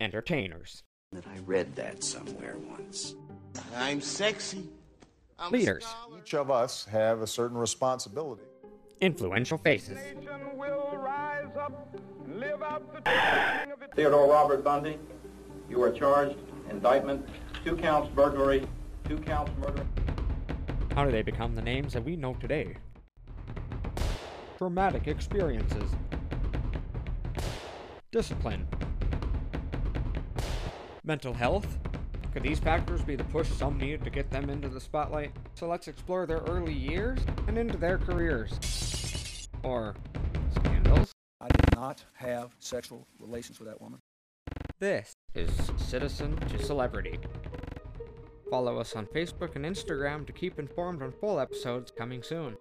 entertainers, that I read that somewhere once. I'm sexy. I'm leaders, Each of us have a certain responsibility. influential faces, nation will rise up, live out the training of its Theodore Robert Bundy, you are charged, indictment, two counts burglary, two counts murder. how do they become the names that we know today? Traumatic experiences, discipline, mental health. Could these factors be the push some needed to get them into the spotlight? So let's explore their early years and into their careers. Or scandals. I did not have sexual relations with that woman. This is Citizen to Celebrity. Follow us on Facebook and Instagram to keep informed on full episodes coming soon.